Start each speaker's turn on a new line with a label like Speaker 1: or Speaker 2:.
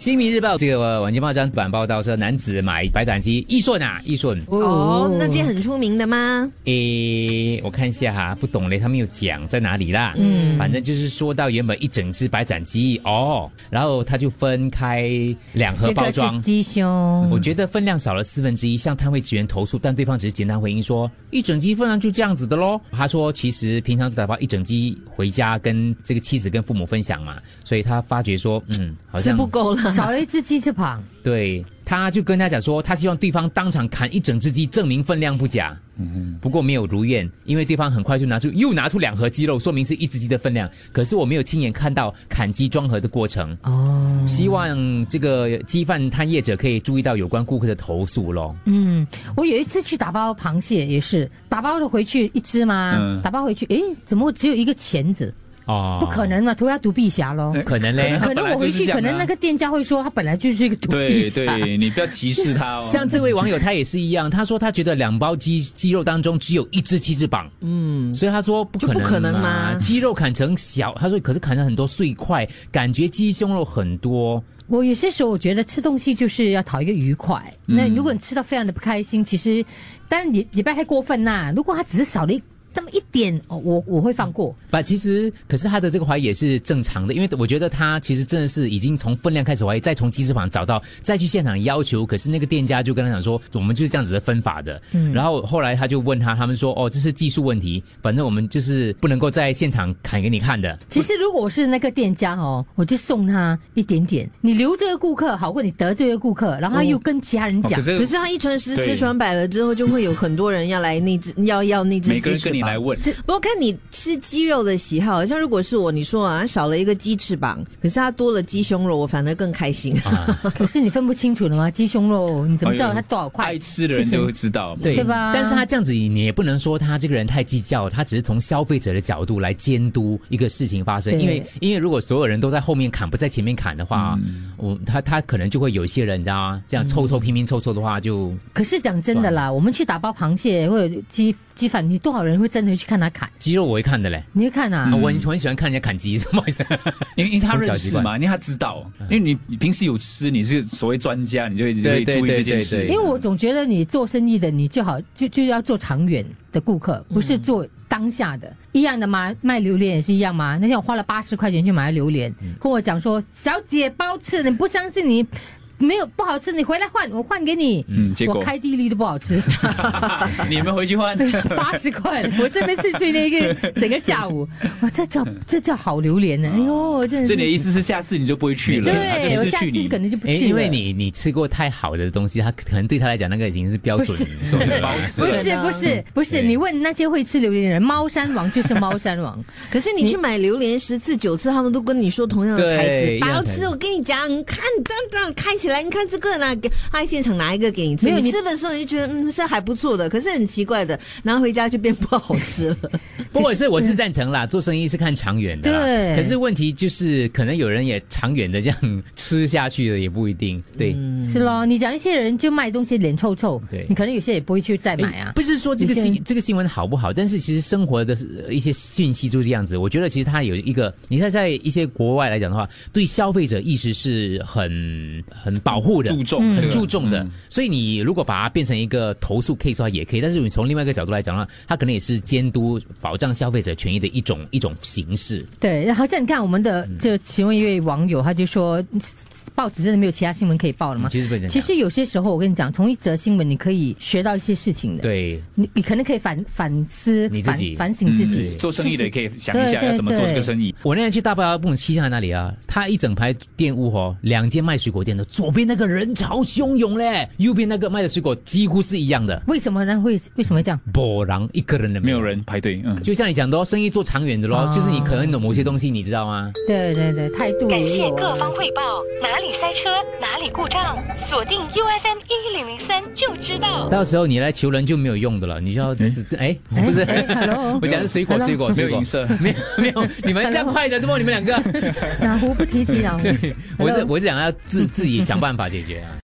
Speaker 1: 新民日报这个晚间报章版报道说，男子买白斩鸡易顺啊，易顺，
Speaker 2: 哦，那间很出名的吗？
Speaker 1: 诶，我看一下哈，不懂嘞，他没有讲在哪里啦。嗯，反正就是说到原本一整只白斩鸡哦，然后他就分开两盒
Speaker 3: 这
Speaker 1: 包
Speaker 3: 个是嗯
Speaker 1: 装。
Speaker 3: 鸡胸，
Speaker 1: 我觉得分量少了四分之一，向摊位职员投诉，但对方只是简单回应说一整鸡分量就这样子的咯。他说其实平常打包一整鸡回家跟这个妻子跟父母分享嘛，所以他发觉说嗯好
Speaker 2: 吃
Speaker 1: 像
Speaker 2: 不够了，
Speaker 3: 少了一只鸡翅膀，
Speaker 1: 对，他就跟他讲说，他希望对方当场砍一整只鸡，证明分量不假。不过没有如愿，因为对方很快就拿出又拿出两盒鸡肉，说明是一只鸡的分量。可是我没有亲眼看到砍鸡装盒的过程。哦，希望这个鸡贩摊业者可以注意到有关顾客的投诉咯。
Speaker 3: 嗯，我有一次去打包螃蟹，也是打包了回去一只嘛，打包回去，诶，怎么只有一个钳子？
Speaker 1: 哦，
Speaker 3: 不可，能嘛，涂鸦独臂侠咯。
Speaker 1: 可能嘞。
Speaker 3: 可能我回去，可能那个店家会说他本来就是一个独臂
Speaker 4: 对
Speaker 3: 侠。
Speaker 4: 对，你不要歧视他哦。
Speaker 1: 像这位网友他也是一样，他说他觉得两包鸡鸡肉当中只有一只鸡翅膀，嗯，所以他说不可能嘛，
Speaker 2: 就不可能嘛
Speaker 1: 鸡肉砍成小，他说可是砍成很多碎块，感觉鸡胸肉很多，
Speaker 3: 我有些时候我觉得吃东西就是要讨一个愉快。那如果你吃到非常的不开心，其实当然也也不要太过分啦。如果他只是少了一这么一点，哦我我会放过。
Speaker 1: 但其实可是他的这个怀疑也是正常的，因为我觉得他其实真的是已经从分量开始怀疑，再从鸡翅膀找到，再去现场要求，可是那个店家就跟他讲说，我们就是这样子的分法的，嗯，然后后来他就问他，他们说哦这是技术问题，反正我们就是不能够在现场砍给你看的，
Speaker 3: 其实如果我是那个店家哦，我就送他一点点。你留这个顾客好过你得罪一个顾客，然后他又跟其他人
Speaker 4: 哦
Speaker 3: 讲。
Speaker 4: 可是
Speaker 2: 可是他一传十，
Speaker 4: 对
Speaker 2: 十传百了之后，就会有很多人要来那只，要要那只
Speaker 4: 每个
Speaker 2: 鸡
Speaker 4: 人
Speaker 2: 翅
Speaker 4: 跟你来
Speaker 2: 膀。
Speaker 4: 问，
Speaker 2: 不过看你吃鸡肉的喜好，像如果是我，你说啊少了一个鸡翅膀，可是它多了鸡胸肉，我反而更开心。
Speaker 4: 啊
Speaker 3: 可是你分不清楚了吗？鸡胸肉你怎么知道
Speaker 4: 哎呦
Speaker 3: 它多少块？
Speaker 4: 爱吃的人
Speaker 3: 其实
Speaker 4: 都会知道。
Speaker 1: 对
Speaker 3: 对吧
Speaker 1: 但是他这样子，你也不能说他这个人太计较，他只是从消费者的角度来监督一个事情发生。
Speaker 3: 对
Speaker 1: 因为因为如果所有人都在后面砍，不在前面砍的话，我他他可能就会有一些人，你知道吗？这样凑凑拼拼凑凑的话就，
Speaker 3: 可是讲真的啦，我们去打包螃蟹或者鸡鸡饭，你多少人会真的去看他砍？
Speaker 1: 肌肉我会看的嘞。
Speaker 3: 你会看
Speaker 4: 嗯
Speaker 3: 啊？
Speaker 1: 我很我很喜欢看人家砍鸡，什么意思？
Speaker 4: 因为因为他
Speaker 1: 从小
Speaker 4: 认
Speaker 1: 习
Speaker 4: 识
Speaker 1: 惯
Speaker 4: 嘛，因为他知道，因为你你平时有吃，你是所谓专家，你就会就
Speaker 1: 对
Speaker 4: 会
Speaker 1: 对
Speaker 4: 注意
Speaker 1: 对
Speaker 4: 这件
Speaker 1: 对
Speaker 4: 事
Speaker 1: 对。
Speaker 3: 因为我总觉得你做生意的，你最好就就要做长远的顾客，
Speaker 4: 嗯
Speaker 3: 不是做当下的。一样的嘛，卖榴莲也是一样嘛。那天我花了八十块钱去买榴莲，
Speaker 4: 嗯
Speaker 3: 跟我讲说：“小姐包吃，你不相信你没有不好吃，你回来换，我换给你。”
Speaker 4: 嗯结果
Speaker 3: 我开第一粒都不好 吃，
Speaker 4: 你有没有回 去换？
Speaker 3: 八十块，我这边是去那个整个下 午，哇，这叫这叫好榴莲呢、哎呦，真的
Speaker 4: 啊这
Speaker 3: 是
Speaker 4: 你的意思是下次你就不会去了，他就
Speaker 3: 对，我
Speaker 4: 失
Speaker 3: 下
Speaker 4: 去
Speaker 3: 次
Speaker 4: 你
Speaker 3: 可。能就不
Speaker 1: 诶
Speaker 3: 去了。
Speaker 1: 因为你你吃过太好的东西，他可能对他来讲那个已经是标准
Speaker 3: 不是
Speaker 1: 作品
Speaker 4: 包
Speaker 1: 了。
Speaker 4: 子
Speaker 3: 不
Speaker 2: 对
Speaker 3: 是
Speaker 2: 呢
Speaker 3: 不是不是，
Speaker 1: 对
Speaker 3: 你问那些会吃榴莲的人，猫山王就是猫山 王。
Speaker 2: 可是你去买榴莲十次九次，他们都跟你说同样的台词
Speaker 1: 对，一样
Speaker 2: 包
Speaker 1: 的台词
Speaker 2: 吃。我跟你讲，你看，当当开起来，你看这个拿给，他现场拿一个给你吃。
Speaker 3: 没有
Speaker 2: 你
Speaker 3: 你
Speaker 2: 吃的时候你就觉得嗯是还不错的，可是很奇怪的，拿回家就变不好吃了。
Speaker 1: 不过是我是赞成啦，做生意是看长远的啦。
Speaker 3: 对
Speaker 1: 可是问题就是，可能有人也长远的这样吃下去了，也不一定。对。
Speaker 3: 是咯，你讲一些人就卖东西脸臭臭，
Speaker 1: 对
Speaker 3: 你可能有些也不会去再买啊。
Speaker 1: 哎不是说这个
Speaker 3: 有些
Speaker 1: 新
Speaker 3: 人
Speaker 1: 这个新闻好不好，但是其实生活的呃一些讯息就是这样子。我觉得其实它有一个，你看在一些国外来讲的话，对消费者意识是很很保护的，
Speaker 4: 注重
Speaker 1: 很
Speaker 4: 这个
Speaker 1: 注重的
Speaker 4: 嗯。
Speaker 1: 所以你如果把它变成一个投诉 case 的话，也可以。但是你从另外一个角度来讲的话，它可能也是监督保障消费者权益的一种一种形式。
Speaker 3: 对，好像你看我们的这其中一位网友，他就说，报纸真的没有其他新闻可以报了吗？
Speaker 1: 其实不能这样
Speaker 3: 嗯其实有些时候，我跟你讲，从一则新闻你可以学到一些事情的。，
Speaker 1: 对，
Speaker 3: 你你可能可以反反思、
Speaker 1: 你自
Speaker 3: 反
Speaker 1: 己
Speaker 3: 反省自己
Speaker 4: 嗯。做生意的也可以想一下
Speaker 3: 对对
Speaker 4: 要怎么做这个生意。
Speaker 1: 我那天去大巴布西巷那里啊，他一整排店屋哦，两间卖水果店的，左边那个人潮汹涌嘞，右边那个卖的水果几乎是一样的，
Speaker 3: 为什么呢？为为什么会这样？
Speaker 1: 波浪一个人的
Speaker 4: 没有。人排队，嗯，
Speaker 1: 就像你讲的哦，生意做长远的咯，
Speaker 3: 哦
Speaker 1: 就是你可能有某些东西，你知道吗？
Speaker 3: 对对对，态度
Speaker 5: 感
Speaker 3: 也
Speaker 5: 谢
Speaker 3: 有
Speaker 5: 各
Speaker 3: 啊。
Speaker 5: 方汇报，哪里塞车，哪里故障，锁定 U F M 一零零三就知道。
Speaker 1: 到时候你来求人就没有用的了，你就 要自哎，不是，
Speaker 3: 哎哎，hello
Speaker 1: 我讲的是水果，
Speaker 3: Hello
Speaker 1: 水果，
Speaker 4: 没
Speaker 1: 水
Speaker 4: 有
Speaker 1: 果
Speaker 4: 影，射，
Speaker 1: 没有没有，你们这样快的，怎么 你们两个？
Speaker 3: 哪壶不提提哪壶。啊
Speaker 1: 我是
Speaker 3: Hello
Speaker 1: 我是想要自自己想办法解决啊。